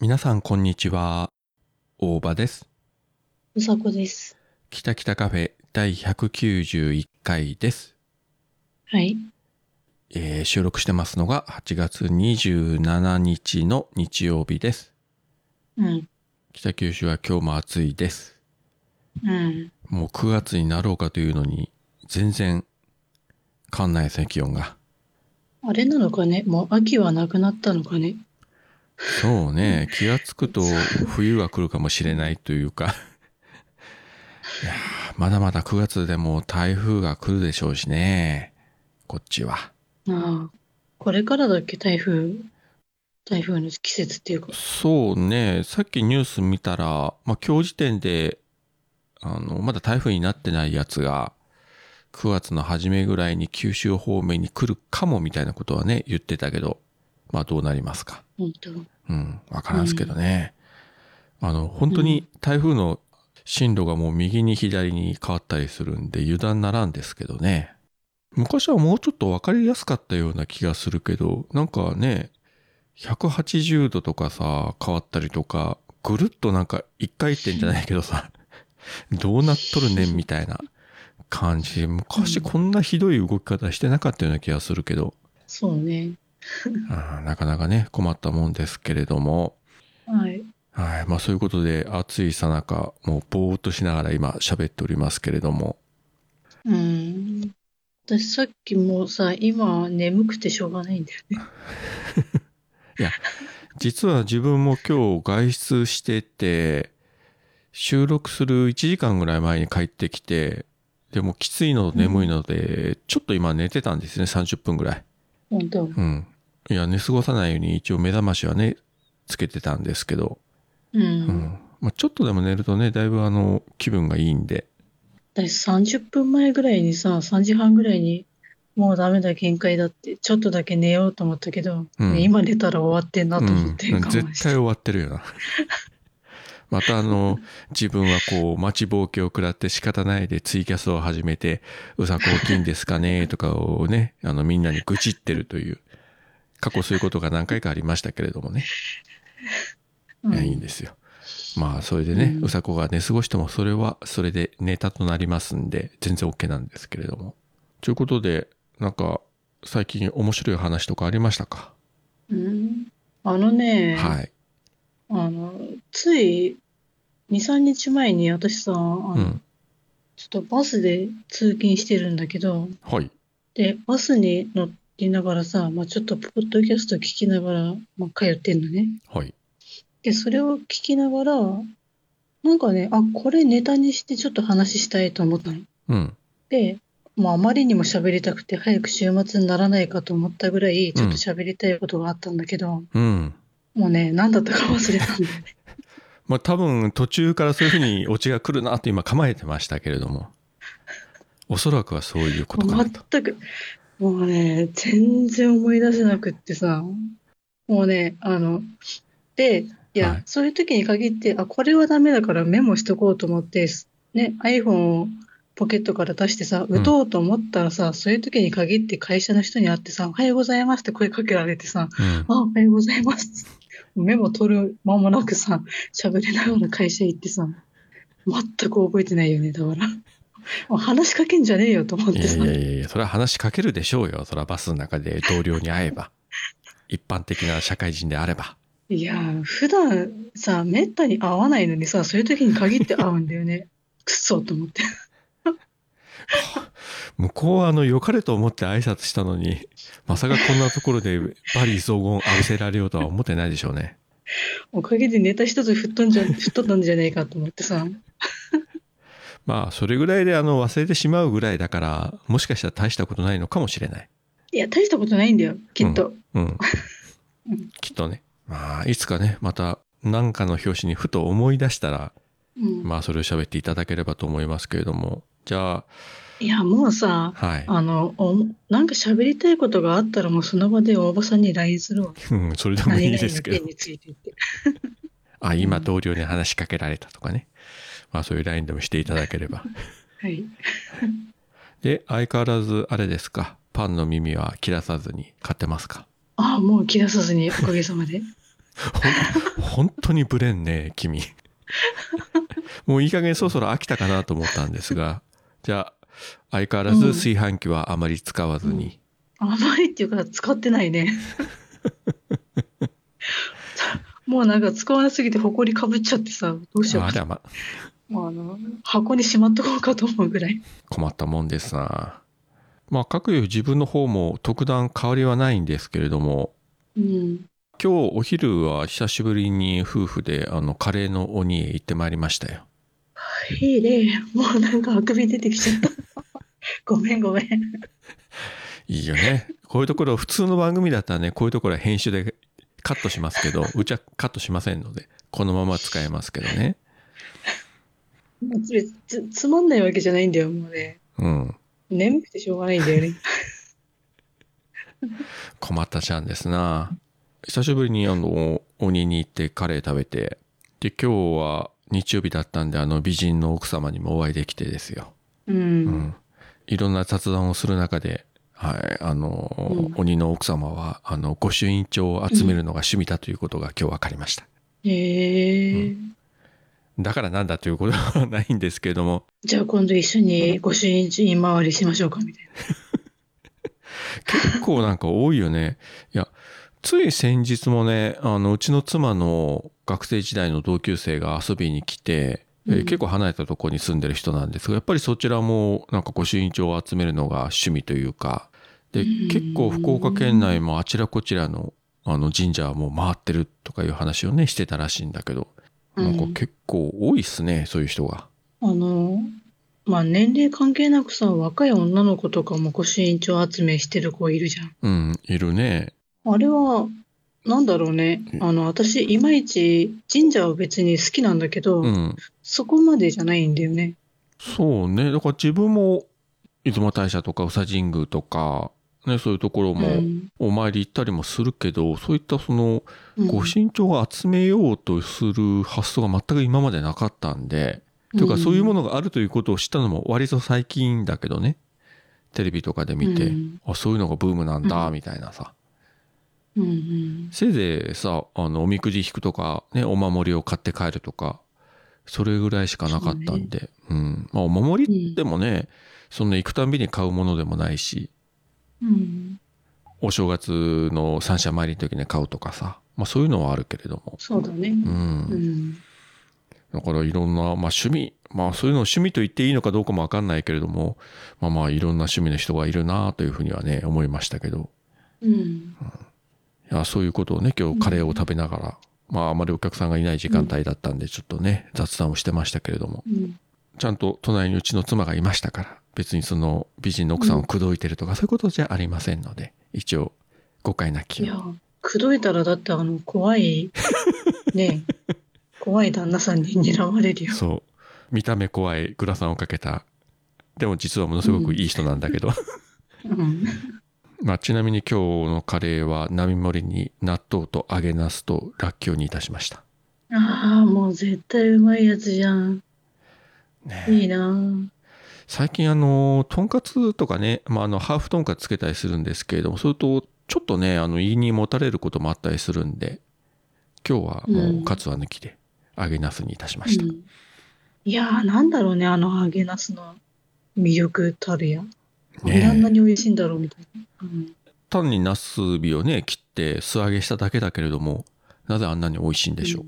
皆さんこんにちは。大場です。うさこです。北北カフェ第191回です。はい。えー収録してますのが8月27日の日曜日です。うん。北九州は今日も暑いです。うん。もう9月になろうかというのに、全然変わんないですね、気温が。あれなのかねもう秋はなくなったのかねそうね、気がつくと冬が来るかもしれないというか。いやーまだまだ9月でも台風が来るでしょうしね。こっちは。ああ。これからだっけ台風。台風の季節っていうか。そうね、さっきニュース見たら、まあ、今日時点で、あの、まだ台風になってないやつが、9月の初めぐらいに九州方面に来るかもみたいなことはね、言ってたけど、まあどうなりますか。本当。うん、わからんすけどね。あの、本当に台風の進路がもう右に左に変わったりするんで油断ならんですけどね。昔はもうちょっとわかりやすかったような気がするけど、なんかね、180度とかさ、変わったりとか、ぐるっとなんか一回転じゃないけど さ、どうなっとるねんみたいな感じ。昔こんなひどい動き方してなかったような気がするけど、そうね。うんなかなかね、困ったもんですけれども、はい。はい。まあそういうことで、暑いさなか、もうぼーっとしながら今喋っておりますけれども。うん。私さっきもうさ、今眠くてしょうがないんだよね。実は自分も今日外出してて、収録する1時間ぐらい前に帰ってきて、でもきついのと眠いので、ちょっと今寝てたんですね、30分ぐらい。本当。うん。いや、寝過ごさないように一応目覚ましはね、つけてたんですけど、う。うんん。まあちょっとでも寝るとね、だいぶあの、気分がいいんで、私30分前ぐらいにさ、3時半ぐらいに、もうダメだ、限界だって、ちょっとだけ寝ようと思ったけど、うんね今寝たら終わってんなと思って、うん、我慢して絶対終わってるよな またあの自分はこう待ちぼうけを食らって仕方ないでツイキャスを始めて「うさこ大きいんですかね?」とかをねあのみんなに愚痴ってるという過去そういうことが何回かありましたけれどもね、うんいやいいんですよまあそれでね、ううんさこが寝過ごしてもそれはそれでネタとなりますんで全然 OK なんですけれどもということでなんか最近面白い話とかありましたか、うんあのね、はい、あのつい23日前に私さあの、うん、ちょっとバスで通勤してるんだけどはいでバスに乗りながらさ、まあ、ちょっとポッドキャスト聞きながら、まあ、通ってんのねはいでそれを聞きながらなんかねあこれネタにしてちょっと話したいと思ったのうんで、まあ、あまりにも喋りたくて早く週末にならないかと思ったぐらいちょっと喋りたいことがあったんだけど、うんもうね何だったか忘れたんだよねまあ多分途中からそういうふうにオチが来るなって今構えてましたけれどもおそらくはそういうことかなと。全くもうね全然思い出せなくってさもうねあのでいや、はいそういう時に限ってあこれはダメだからメモしとこうと思って、ね、iPhone をポケットから出してさうん打とうと思ったらさ、そういう時に限って会社の人に会ってさ「おはようございます」って声かけられてさうん「あおはようございます」メモ取る間もなくさ喋りながら会社行ってさ全く覚えてないよねだからもう話しかけんじゃねえよと思いってやさいやいやいやそれは話しかけるでしょうよそれはバスの中で同僚に会えば一般的な社会人であればいやー、普段さ、めったに会わないのにさ、そういう時に限って会うんだよね。 くっそと思って。向こうはあの良かれと思って挨拶したのにまさかこんなところでバリ雑言浴びせられようとは思ってないでしょうね。おかげでネタ一つ吹っ飛んじゃ、吹っ飛んだんじゃねえかと思ってさ。まあそれぐらいであの忘れてしまうぐらいだからもしかしたら大したことないのかもしれない。いや、大したことないんだよ、きっと。うんうん。きっとね。まあ、いつかね、また何かの表紙にふと思い出したら、うんまあ、それを喋っていただければと思いますけれども。じゃいや、もうさあ、、はい。あの、おなんか喋りたいことがあったらもうその場で大場さんに LINE するわ。うん、それでもいいですけ何ど々の件。についてって。あ、今同僚に話しかけられたとかね。まあ、そういうラインでもしていただければ。はい。で、相変わらず、あれですか。パンの耳は切らさずに買ってますか。ああ、もう切らさずに、おかげさまで。ほん本当にブレんね 君もういい加減そろそろ飽きたかなと思ったんですがじゃあ相変わらずうん炊飯器はあまり使わずに、甘いっていうか使ってないねもうなんか使わなすぎてほこりかぶっちゃってさどうしようあからまもうあの箱にしまっとこうかと思うぐらい困ったもんですなまあ各有自分の方も特段変わりはないんですけれどもうん今日お昼は久しぶりに夫婦であのカレーの鬼へ行ってまいりましたよいいねもうなんかあくび出てきちゃった ごめんごめんいいよねこういうところ普通の番組だったらねこういうところは編集でカットしますけ どうちはカットしませんのでこのまま使えますけどねもうつつつまんないわけじゃないんだよもうねうん眠くてしょうがないんだよね困ったちゃんですな久しぶりにあの鬼に行ってカレー食べてで今日は日曜日だったんであの美人の奥様にもお会いできてですようん、うん、いろんな雑談をする中で、はい、あの、うん鬼の奥様は、あの、御朱印帳を集めるのが趣味だということが今日分かりました。へえ、うだからなんだということはないんですけれども、じゃあ今度一緒にご主人家回りしましょうかみたいな結構なんか多いよね。いや、つい先日もね、あの、うちの妻の学生時代の同級生が遊びに来て、えーうん結構離れたところに住んでる人なんですが、やっぱりそちらもなんか御朱印帳を集めるのが趣味というか、で、うん結構福岡県内もあちらこちらのあの神社はもう回ってるとかいう話をね、してたらしいんだけど、なんかうん結構多いっすね、そういう人が。あのまあ年齢関係なくさ若い女の子とかもご主人帳集めしてる子いるじゃんうん、いるね。あれはなんだろうねうんあの私いまいち神社は別に好きなんだけど、うん。そこまでじゃないんだよねそうね。だから自分も、出雲大社とか宇佐神宮とか、ね、そういうところもうんお参り行ったりもするけど、そういったその、うんご身長を集めようとする発想が全く今までなかったんで、というかそういうものがあるということを知ったのも割と最近だけどね。テレビとかで見て、うんあ、そういうのがブームなんだ、うんみたいなさ。うんうんせいぜいさ、あの、おみくじ引くとか、ね、お守りを買って帰るとか、それぐらいしかなかったんで、うん。まあ、お守りでもね、そんな行くたんびに買うものでもないし、うんお正月の三社参りの時に買うとかさ、まあそういうのはあるけれども。そうだねう。うんんだからいろんな、まあ趣味、まあそういうのを趣味と言っていいのかどうかもわかんないけれども、まあまあいろんな趣味の人がいるなというふうにはね、思いましたけど、うんいや、そういうことをね、今日カレーを食べながら、まああまりお客さんがいない時間帯だったんで、ちょっとね、雑談をしてましたけれども、うんちゃんと隣にうちの妻がいましたから、別にその美人の奥さんを口説いてるとか、そういうことじゃありませんので、一応、誤解なきいようや口説いたらだってあの怖いねえ怖い旦那さんに睨まれるよそう。見た目怖いグラサンをかけた。でも実はものすごくいい人なんだけど。うん まあちなみに今日のカレーは並盛りに納豆と揚げナスとらっきょうにいたしました。ああ、もう絶対うまいやつじゃん。ねえいいなぁ。最近あの、とんかつとかね、まああの、ハーフとんかつつけたりするんですけれども、それとちょっとね、あの、胃にもたれることもあったりするんで、今日はもうカツは抜きで揚げナスにいたしました。うんいやー、なんだろうね、あの揚げナスの魅力たるや。ねえあんなに美味しいんだろうみたいな。うん単にナスビをね、切って素揚げしただけだけれども、なぜあんなに美味しいんでしょ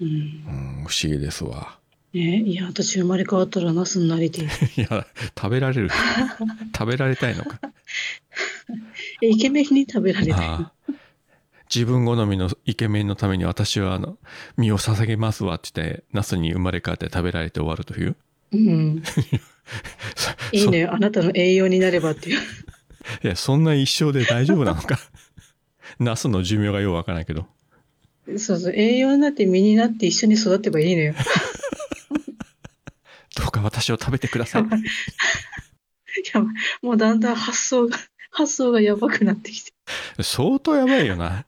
う。うん。ううんん、不思議ですわ。ね、いや、私生まれ変わったらナスになりてえ。いや、食べられる。食べられたいのか。えイケメンに食べられたい。ああ自分好みのイケメンのために私はあの身を捧げますわって言って、ナスに生まれ変わって食べられて終わるという。うん。そいいのよ、あなたの栄養になればっていう。そいや、そんな一生で大丈夫なのか。 ナスの寿命がようわからないけど。そうそう、栄養になって身になって一緒に育てばいいのよ。どうか私を食べてください。やばいもうだんだん発想が、発想がやばくなってきて。相当やばいよな。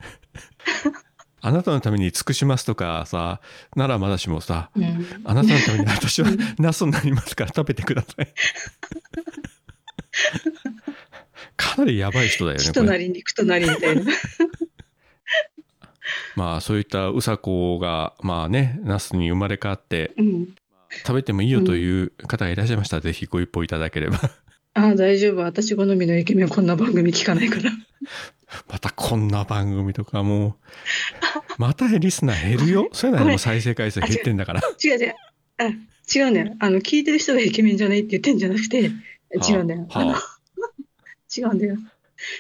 あなたのために尽くしますとかさ、ならまだしもさ、うん。あなたのために私 はナスになりますから食べてください。かなりやばい人だよね。血ことなれり肉となりみたいな。まあそういったうさこが、まあね、ナスに生まれ変わってうん。食べてもいいよという方がいらっしゃいましたら、ぜひご一報いただければ。 ああ、大丈夫。私好みのイケメンこんな番組聞かない から。またこんな番組とかもう、またリスナー減る よ。そういうのはもう再生回数減ってんだから。違う違う。あ、違うね。あの、聞いてる人がイケメンじゃないって言ってんじゃなくて、違うんだよ。あのは違うんだよ。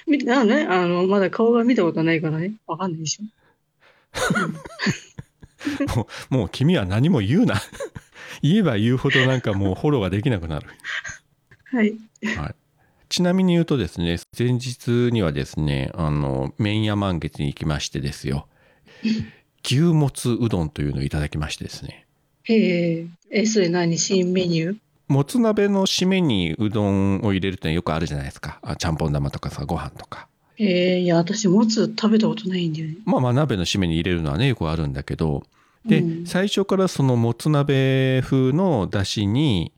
みなね、あの、まだ顔が見たことないからね。わかんないでしょ。 あもう君は何も言うな。 言えば言うほどなんかもうフォローができなくなる。はい。ちなみに言うとですね、前日にはですね、あの、麺屋満月に行きましてです よ、牛もつうどんというのをいただきましてですね、へえ。え、それ何新メニューもつ鍋の締めにうどんを入れるってのはよくあるじゃないですか。あちゃんぽん玉とかさ、ご飯とか。えー、いや、私、もつ食べたことないんだよね。まあまあ鍋の締めに入れるのはね、よくあるんだけど、で、うん最初からそのもつ鍋風の出汁に、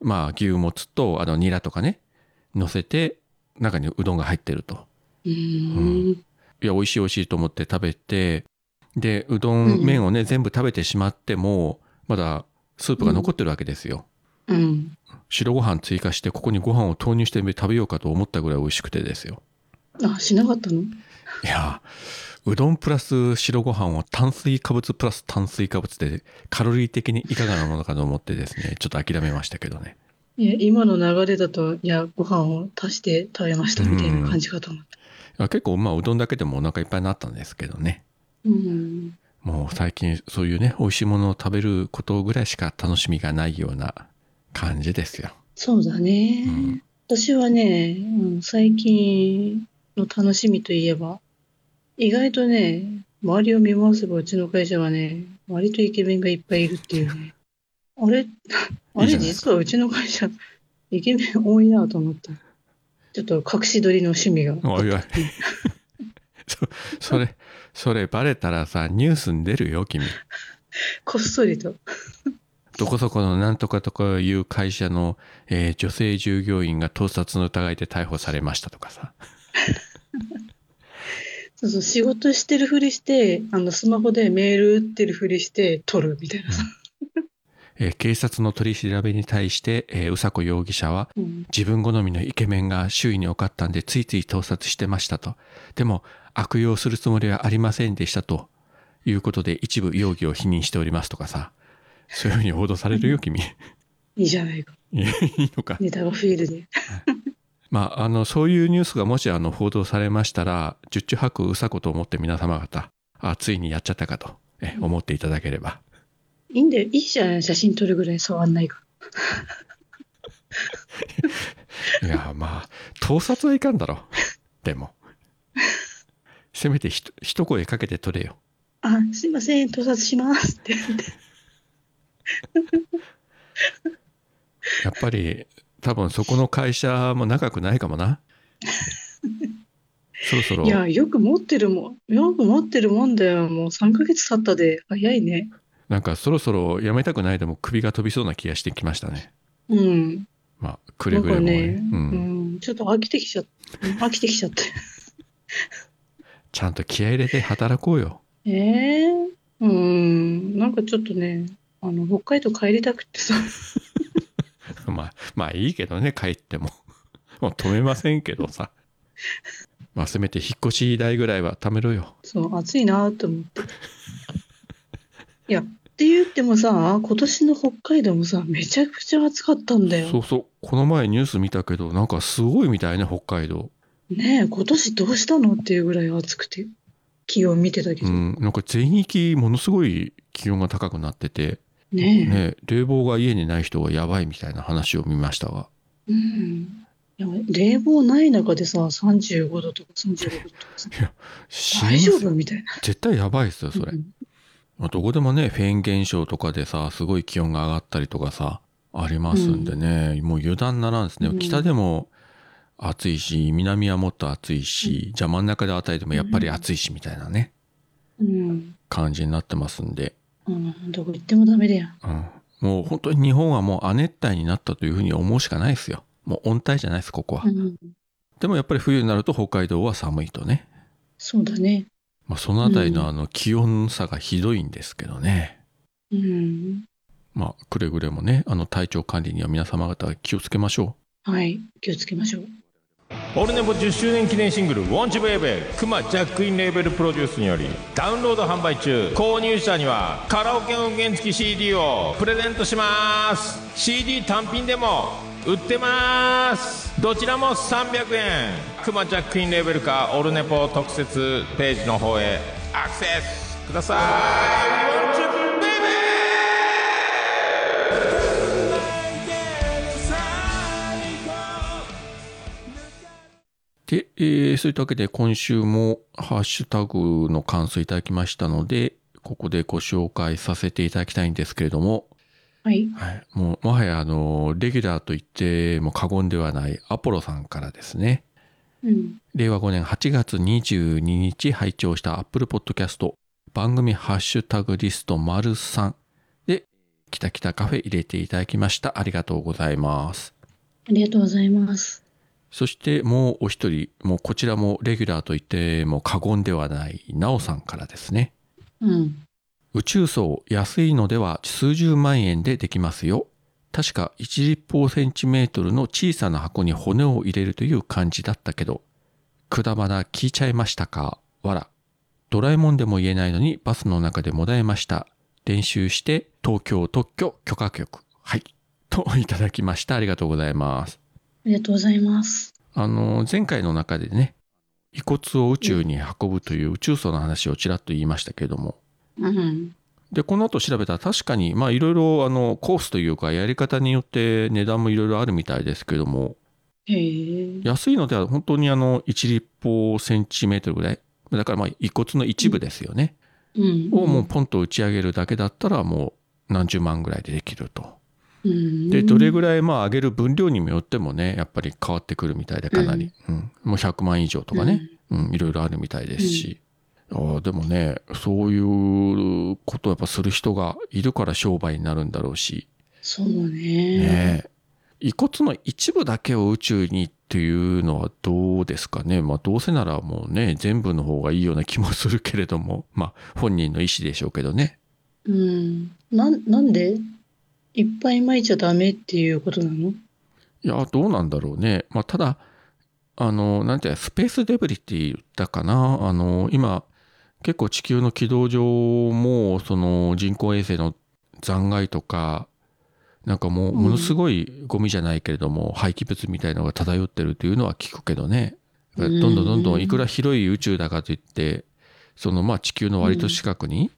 まあ牛もつと、あの、ニラとかね、乗せて、中にうどんが入ってると。うーん。いや美味しい美味しいと思って食べてでうどんうん麺をね、全部食べてしまってもまだスープが残ってるわけですよ、うん。白ご飯追加してここにご飯を投入して食べようかと思ったぐらい美味しくてですよあ、しなかったのいやうどんプラス白ご飯を炭水化物プラス炭水化物でカロリー的にいかがなものかと思ってですねちょっと諦めましたけどねいや、今の流れだと、いや、ご飯を足して食べましたみたいな感じかと思った。いや結構まあうどんだけでもお腹いっぱいになったんですけどねうん。もう最近そういうね美味しいものを食べることぐらいしか楽しみがないような感じですよ。そうだね。うん私はね、うん、最近の楽しみといえば、意外とね、周りを見回せばうちの会社はね、割とイケメンがいっぱいいるってい うね。あれ、 あいいじゃれないです実はうちの会社、イケメン多いなと思った。ちょっと隠し撮りの趣味が。おいおいそそれそれバレたらさニュースに出るよ君。 こっそりと。どこそこのなんとかとかいう会社の、えー女性従業員が盗撮の疑いで逮捕されましたとかさ。そうそう、仕事してるふりして、あの、スマホでメール打ってるふりして撮るみたいなさ。えー警察の取り調べに対して、えーうさこ容疑者はうん。自分好みのイケメンが周囲に多かったんでついつい盗撮してましたと。でも悪用するつもりはありませんでしたということで一部容疑を否認しておりますとかさ。そういうふうに報道されるよ、君。いいいじゃないか。やいいのか。 ネタが増えるね。まあ、あの、そういうニュースがもしあの報道されましたら、十中八九うさこと思って皆様方、あ、ついにやっちゃったかとえ思っていただければ。いいんだよ。いいじゃん。写真撮るぐらい触んないから。いや、まあ、盗撮はいかんだろ。でも。せめてひと一声かけて取れよ。あ、すいません、盗撮しますって言って。やっぱり多分そこの会社も長くないかもな。そろそろ いや、よく持ってるもん。よく持ってるもんだよ。もう3ヶ月経ったで、早いね。なんかそろそろ辞めたくないでも首が飛びそうな気がしてきましたね。うん。まあくれなんぐれかもねね、ううんん、ちょっと飽きてきちゃった。飽きてきちゃった。ちゃんと気合い入れて働こうよ。ええうん。なんかちょっとね、あの、北海道帰りたくってさ。 まあまあいいけどね帰っても。もう止めませんけどさ。まあせめて引っ越し代ぐらいは貯めろよ。そう、暑いなと思って。いや、って言ってもさ、今年の北海道もさ、めちゃくちゃ暑かったんだそよ。うそうこの前ニュース見たけどなんかすごいみたいね北海道。ねえ、今年どうしたのっていうぐらい暑くて、気温見てたけうど。んなんか全域ものすごい気温が高くなってて。ねえ。ね、冷房が家にない人がやばいみたいな話を見ましたがうんいや冷房ない中でさ、35度とか36度とかさ、死にま大す丈よ夫みたいな。絶対やばいですよそれ、うんまあどこでもねフェーン現象とかでさすごい気温が上がったりとかさありますんでね、もう油断ならんですね、うん北でも暑いし南はもっと暑いし、じゃあ真ん中で与えてもやっぱり暑いしみたいなねうん。感じになってますんで、うん、どこ行ってもダメだよ。うん、もう本当に日本はもう亜熱帯になったというふうに思うしかないですよもう温帯じゃないですここは、うん。でもやっぱり冬になると北海道は寒いとねそうだね。まあ、そのあたりうんのあの気温差がひどいんですけどね。うん。まあ、くれぐれもね、あの体調管理には皆様方気をつけましょう。はい。気をつけましょう。オルネポ10周年記念シングル「ウォンチベイベー」クマジャックインレーベルプロデュースによりダウンロード販売中購入者にはカラオケ音源付き CD をプレゼントします CD 単品でも売ってますどちらも300円クマジャックインレーベルかオルネポ特設ページの方へアクセスください40ベイベーで、えーそういったわけで今週もハッシュタグの感想いただきましたので、ここでご紹介させていただきたいんですけれども、はい。はい、もうもはやあの、レギュラーと言っても過言ではないアポロさんからですね、うん。令和5年8月22日拝聴した Apple Podcast 番組ハッシュタグリスト丸3で、きたきたカフェ入れていただきました。ありがとうございます。ありがとうございます。そしてもうお一人、もうこちらもレギュラーと言っても過言ではないナオさんからですね。うん。宇宙層安いのでは数十万円でできますよ。確か1立方センチメートルの小さな箱に骨を入れるという感じだったけど、くだばな聞いちゃいましたかわら。ドラえもんでも言えないのにバスの中でもらえました。練習して東京特許許可局。はい。といただきました。ありがとうございます。ありがとうございます。あの前回の中でね遺骨を宇宙に運ぶという宇宙層の話をちらっと言いましたけれどもうん。でこの後調べたら確かにまあいろいろあのコースというかやり方によって値段もいろいろあるみたいですけどもへえ。安いのでは本当にあの1立方センチメートルぐらいだからまあ遺骨の一部ですよね、うん。をもうポンと打ち上げるだけだったらもう何十万ぐらいでできると。うん。でどれぐらいまあ上げる分量にもよってもねやっぱり変わってくるみたいでかなり、うんもう100万以上とかね、うん、いろいろあるみたいですし、ああでもねそういうことをやっぱする人がいるから商売になるんだろうし、そうだねね。え遺骨の一部だけを宇宙にっていうのはどうですかね、まあ、どうせならもうね全部の方がいいような気もするけれどもまあ本人の意思でしょうけどね。うん。なん、なんでいっぱい巻いちゃダメっていうことなのいや、どうなんだろうね。まあ、ただ、あの、なんていうのスペースデブリって言ったかな。あの、今、結構地球の軌道上も、その人工衛星の残骸とか、なんかもう、うんものすごいゴミじゃないけれども、廃棄物みたいのが漂ってるというのは聞くけどね。だからどんどんどんどうんん、いくら広い宇宙だかといって、そのまあ地球の割と近くに、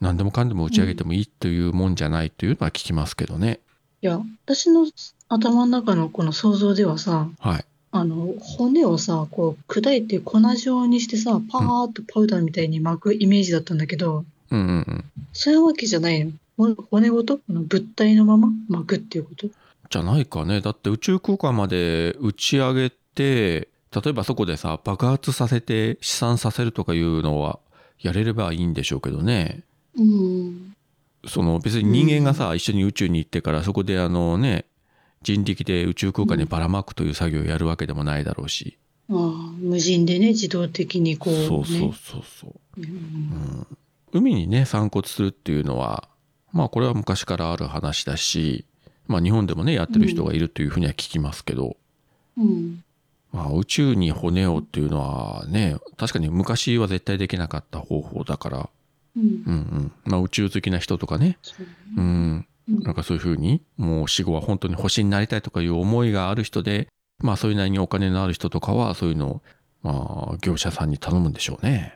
何でもかんでも打ち上げてもいいというもんじゃないというのは聞きますけどね。いや、私の頭の中のこの想像ではさ、はい。あの、骨をさ、こう、砕いて粉状にしてさ、パーッとパウダーみたいに巻くイメージだったんだけど、うんうんうん。そういうわけじゃないの。ほ骨ごと、あの物体のまま巻くっていうことじゃないかねだって宇宙空間まで打ち上げて例えばそこでさ爆発させて試算させるとかいうのはやれればいいんでしょうけどねうん。その別に人間がさ、一緒に宇宙に行ってからそこであのね人力で宇宙空間にばらまくという作業をやるわけでもないだろうし、ああ、無人でね、自動的にこう、ね。そうそうそうそううん海にね散骨するっていうのはまあこれは昔からある話だしまあ日本でもねやってる人がいるというふうには聞きますけど、うん。まあ、宇宙に骨をっていうのはね、確かに昔は絶対できなかった方法だから、うんう。んうん。まあ、宇宙好きな人とかね、そううん。うんなんかそういうふうに、もう死後は本当に星になりたいとかいう思いがある人で、まあ、それなりにお金のある人とかは、そういうのを、まあ、業者さんに頼むんでしょうね。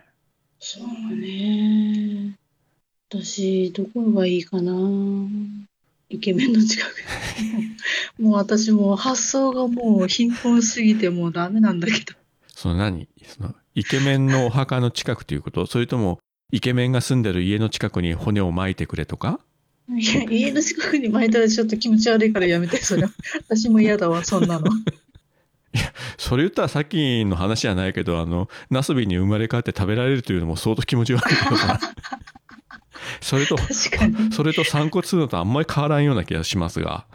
そうね。私、どこがいいかな。イケメンの近く。 もう私もう発想がもう貧困すぎてもうダメなんだけど。その何その、イケメンのお墓の近くということそれとも、イケメンが住んでる家の近くに骨を撒いてくれとかいや、家の近くに巻いたらちょっと気持ち悪いからやめて、それは。私も嫌だわ、そんなの。それ言ったらさっきの話じゃないけど、あの、ナスビに生まれ変わって食べられるというのも相当気持ち悪いけど さそれと、確かに。それと散骨するのとあんまり変わらんような気がしますが。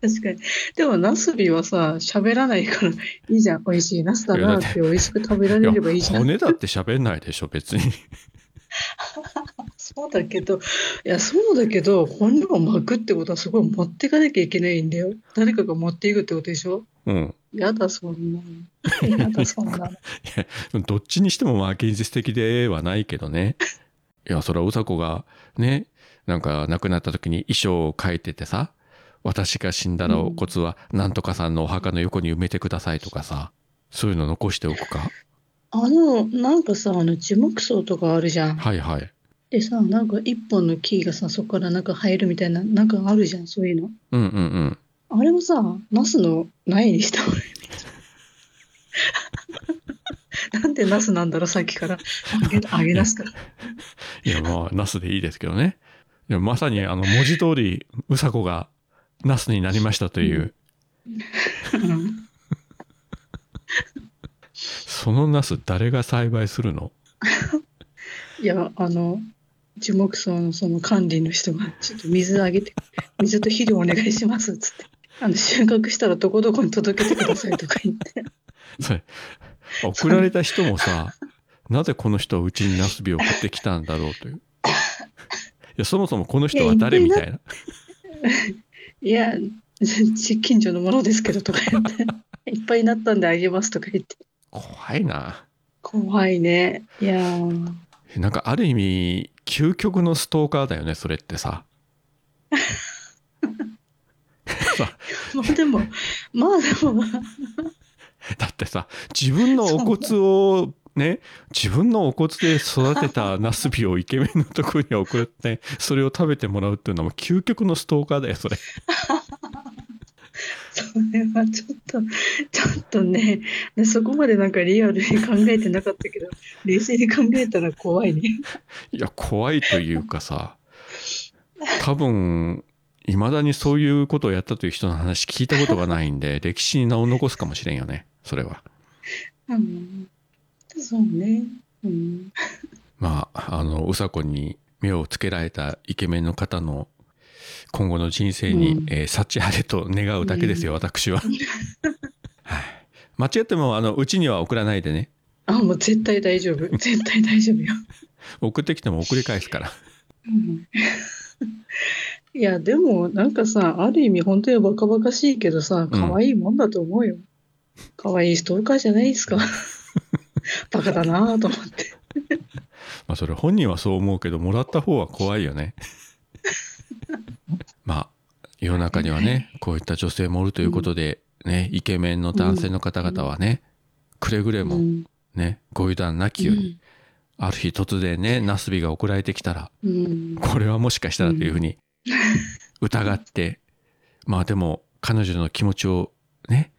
確かに。でも、ナスビはさ、喋らないから、いいじゃん、美味しいナスだなって、美味しく食べられればいいじゃん。骨だって喋んないでしょ、別に。そうだけど、いや、そうだけど、骨を巻くってことは、すごい持ってかなきゃいけないんだよ。誰かが持っていくってことでしょうん。やだ、そんなの。やだ、そんなの。どっちにしてもまあ現実的ではないけどね。いや、それはうさこがね、なんか亡くなった時に衣装を変えててさ、私が死んだらお骨はなんとかさんのお墓の横に埋めてくださいとかさ、そういうの残しておくか。あの、なんかさ、あの、樹木葬とかあるじゃん。はいはい。でさ、なんか一本の木がさ、そこからなんか生えるみたいな、なんかあるじゃん、そういうの。うんうんうん。あれもさ、ナスの苗に した方がいい。なんでナスなんだろう、さっきから。あげ、あげナスから。いや、まあ、ナスでいいですけどね。いやまさにあの文字通り、うさこがナスになりましたという、うんそのナス誰が栽培するのいや、あの、樹木葬のその管理の人が、ちょっと水あげ て、水と肥料お願いします、つって。あの、収穫したらどこどこに届けてくださいとか言って。それ送られた人も さなぜこの人はうちにナスビを送ってきたんだろうといういやそもそもこの人は誰いやいみないたいないや、ち近所のものですけどとか言って、いっぱいになったんであげますとか言って、怖いな怖いね。いやー、なんかある意味究極のストーカーだよねそれってさまあでも、まあでも、だってさ自分のお骨をね自分のお骨で育てたナスビをイケメンのとこに送ってそれを食べてもらうっていうのも究極のストーカーだよそれそれはちょっと、ちょっとね、でそこまでなんかリアルに考えてなかったけど、冷静に考えたら怖いね。いや怖いというかさ多分いまだにそういうことをやったという人の話聞いたことがないんで歴史に名を残すかもしれんよねそれはうん、そうね。うん、まああのうさこに目をつけられたイケメンの方の今後の人生に、うんえー幸あれと願うだけですよ、私は、 はい、間違ってもあのうちには送らないでねあ、もう絶対大 丈夫。絶対大丈夫よ。送ってきても送り返すからうんいや、でも、なんかさ、ある意味、本当にバカバカしいけどさ、可愛いもんだと思うよ。可愛いストーカーじゃない ですか。バカだなぁと思って。まあそれ本人はそう思うけどもらった方は怖いよ ね。まあ世の中にはねこういった女性もおるということで、ねイケメンの男性の方々はね、くれぐれうもん。ねご油断なきように、ある日突然ねナスビが送られてきたらうん。これはもしかしたらというふうに疑って、まあでも彼女の気持ちをね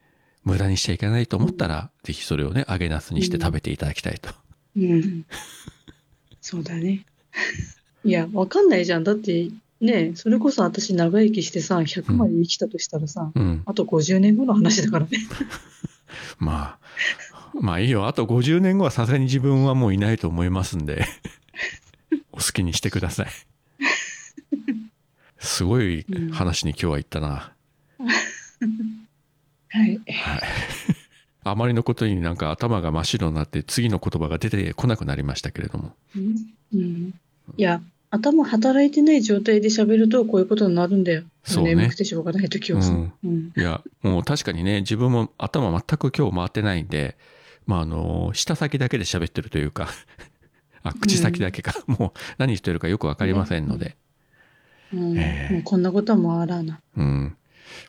無駄にしちゃいけないと思ったら、ぜひそれをね揚げナスにして食べていただきたいと。うん。そうだ ね。いや、わかんないじゃん。だって、ね、それこそ私、長生きしてさ、100まで生きたとしたらさ、うんあと50年後の話だからね。まあ、まあいいよ。あと50年後はさすがに自分はもういないと思いますんで、お好きにしてください。すごい話に今日は言ったな。はい。あまりのことになんか頭が真っ白になって次の言葉が出てこなくなりましたけれども。うんいや、頭働いてない状態で喋るとこういうことになるんだよ。そうね眠くてしょうがない時はさ。うんうんいや、もう確かにね、自分も頭全く今日回ってないんで、まああの、舌先だけで喋ってるというか、 あ、口先だけか、もう何言ってるかよくわかりませんので。うんええもうこんなことはもうあらな。うん。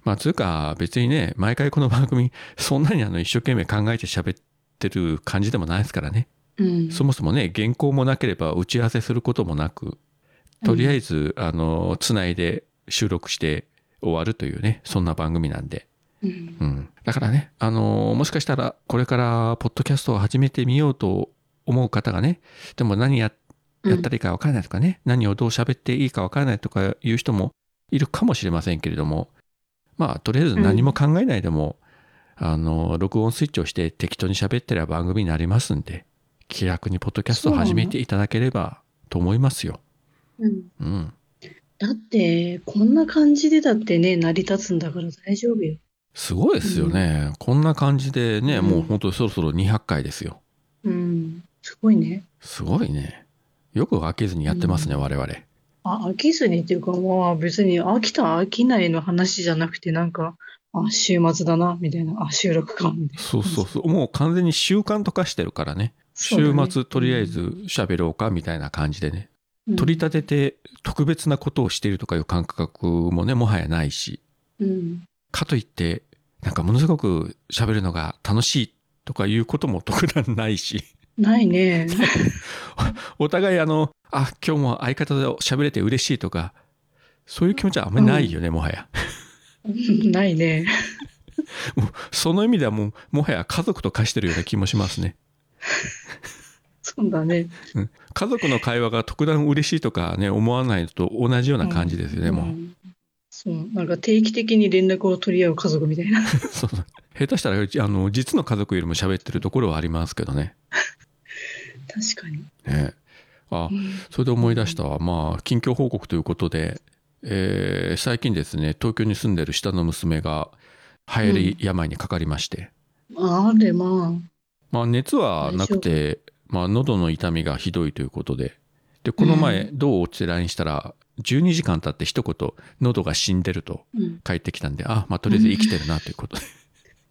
まあ、つうか、別にね、毎回この番組、そんなにあの、一生懸命考えて喋ってる感じでもないですからね。うん、そもそもね、原稿もなければ打ち合わせすることもなく、とりあえず、あの、つないで収録して終わるというね、そんな番組なんで。うんうん。だからね、あの、もしかしたら、これから、ポッドキャストを始めてみようと思う方がね、でも何やっやったらいいか分からないとかね、何をどう喋っていいか分からないとかいう人もいるかもしれませんけれども、まあ、とりあえず何も考えないでも、あの、録音スイッチをして適当に喋ってれば番組になりますんで、気楽にポッドキャストを始めていただければと思いますよ。うんうん。だって、こんな感じでだってね、成り立つんだから大丈夫よ。すごいですよね。こんな感じでね、うんもう本当にそろそろ200回ですよ。うん。すごいね。すごいね。よく飽きずにやってますね、うん我々。あ、飽きずにっていうか、まあ別に飽きた飽きないの話じゃなくて、なんか、あ、週末だな、みたいな、あ、収録か、みたいな。そうそうそう。もう完全に習慣とかしてるからね。そう週だね末とりあえず喋ろうかみたいな感じでね。うん取り立てて特別なことをしているとかいう感覚もね、もはやないし。うん。かといって、なんかものすごく喋るのが楽しいとかいうことも特段ないし。な いね。お互いあの、あ、今日も相方と喋れて嬉しいとか、そういう気持ちはあんまりないよね、もはや。 ないね。その意味ではもう、もはや家族と化してるような気もしますね。そうだね。家族の会話が特段嬉しいとかね、思わないのと同じような感じですよね、もう。んそう、なんか定期的に連絡を取り合う家族みたいな。 そう そう下手したら、あの、実の家族よりも喋ってるところはありますけどね。確かに。ねあう、んそれで思い出したわ。まあ、近況報告ということで、えー最近ですね、東京に住んでる下の娘が、流行り病にかかりまして、あれ、ままあ、熱はなくて、まあ、喉の痛みがひどいということで、で、この前、うどうって LINE したら、12時間経って一言、喉が死んでるとあ、うん。帰ってきたんで、あ、まあ、とりあえず生きてるなということで。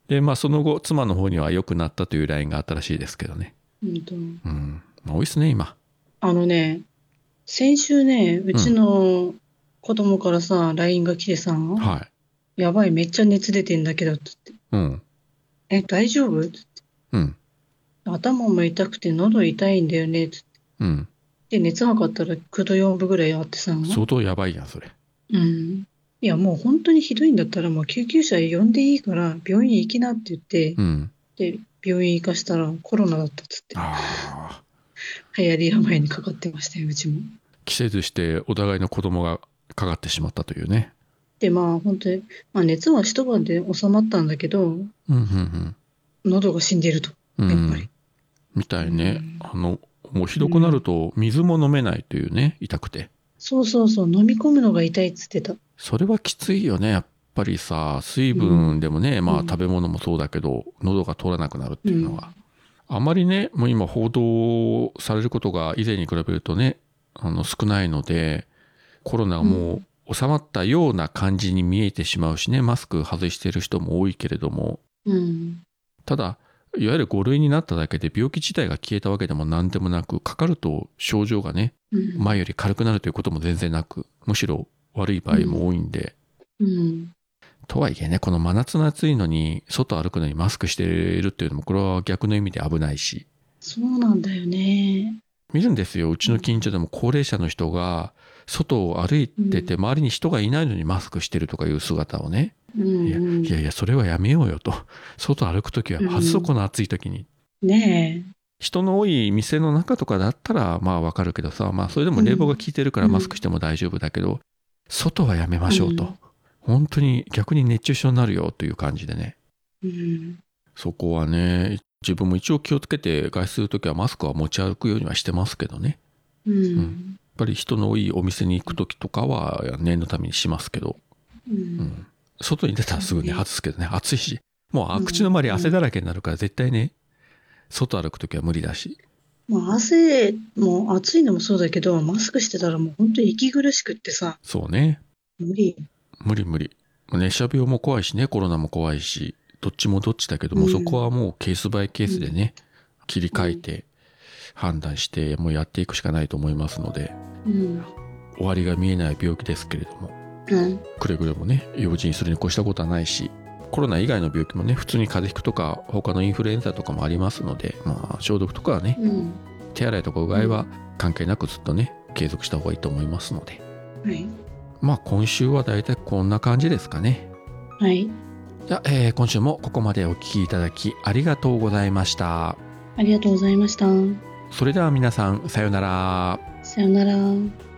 で、まあ、その後、妻の方には良くなったという LINE があったらしいですけどね。うんと、うん。まあ、多いですね、今。あのね、先週ね、うちの子供からさ、LINE が来てさ、はい。やばい、めっちゃ熱出てんだけど、つって。うん。え、大丈夫つってうん。頭も痛くて喉痛いんだよね、つって。うん。で、熱測ったら9度4分ぐらいあってさ、相当やばいやん、それ。うん。いや、もう本当にひどいんだったら、もう救急車呼んでいいから、病院行きなって言って、うん。で、病院行かしたらコロナだったっつって、ああ。流行り病にかかってましたよ、うちも。季節して、お互いの子供がかかってしまったというね。で、まあ本当に、まあ熱は一晩で収まったんだけど、うん、うん、喉が死んでると、うん。うやっぱんり。。みたいねうん。あの、もうひどくなると、水も飲めないというね、痛くて。そうそうそう、飲み込むのが痛いっつってた。それはきついよね、やっぱりさ、水分でもね、まあうん食べ物もそうだけど、喉が通らなくなるっていうのが。あまりね、もう今報道されることが以前に比べるとね、あの少ないので、コロナがもう収まったような感じに見えてしまうしね、マスク外してる人も多いけれども、うん。ただ、いわゆる5類になっただけで病気自体が消えたわけでも何でもなく、かかると症状がね、うん。前より軽くなるということも全然なく、むしろ悪い場合も多いんで、うん。とはいえね、この真夏の暑いのに、外歩くのにマスクしてるっていうのも、これは逆の意味で危ないし。そうなんだよね。見るんですよ。うちの近所でも高齢者の人が、外を歩いてて、周りに人がいないのにマスクしてるとかいう姿をね。うん、いやうんい。やいや、それはやめようよと。外歩くときは、うんまずこの暑いときに。ね人の多い店の中とかだったら、まあわかるけどさ、まあそれでも冷房が効いてるからうんマスクしても大丈夫だけど、外はやめましょううとん。本当に逆に熱中症になるよという感じでね。え。うん。そこはね、自分も一応気をつけて外出するときはマスクは持ち歩くようにはしてますけどね。うん。んやっぱり人の多いお店に行くときとかは念のためにしますけど、うん。うん、外に出たらすぐね、うん外すけどね、暑いし、もうあうん口の周り汗だらけになるから絶対ね、外歩くときは無理だし、まあ、汗も暑いのもそうだけど、マスクしてたらもう本当に息苦しくってさ、そうね、無理。無理無理。熱射病も怖いしね、コロナも怖いし、どっちもどっちだけど、もうそこはもうケースバイケースでね、切り替えて判断して、もうやっていくしかないと思いますので。うん。終わりが見えない病気ですけれどもうん。くれぐれもね用心するに越したことはないしコロナ以外の病気もね普通に風邪ひくとか他のインフルエンザとかもありますので、まあ、消毒とかはねうん。手洗いとかうがいは関係なくずっとね継続した方がいいと思いますのではい。まあ今週はだいたいこんな感じですかねはい。じゃあ、えー今週もここまでお聞きいただきありがとうございましたありがとうございました。それでは皆さんさようならさよなら。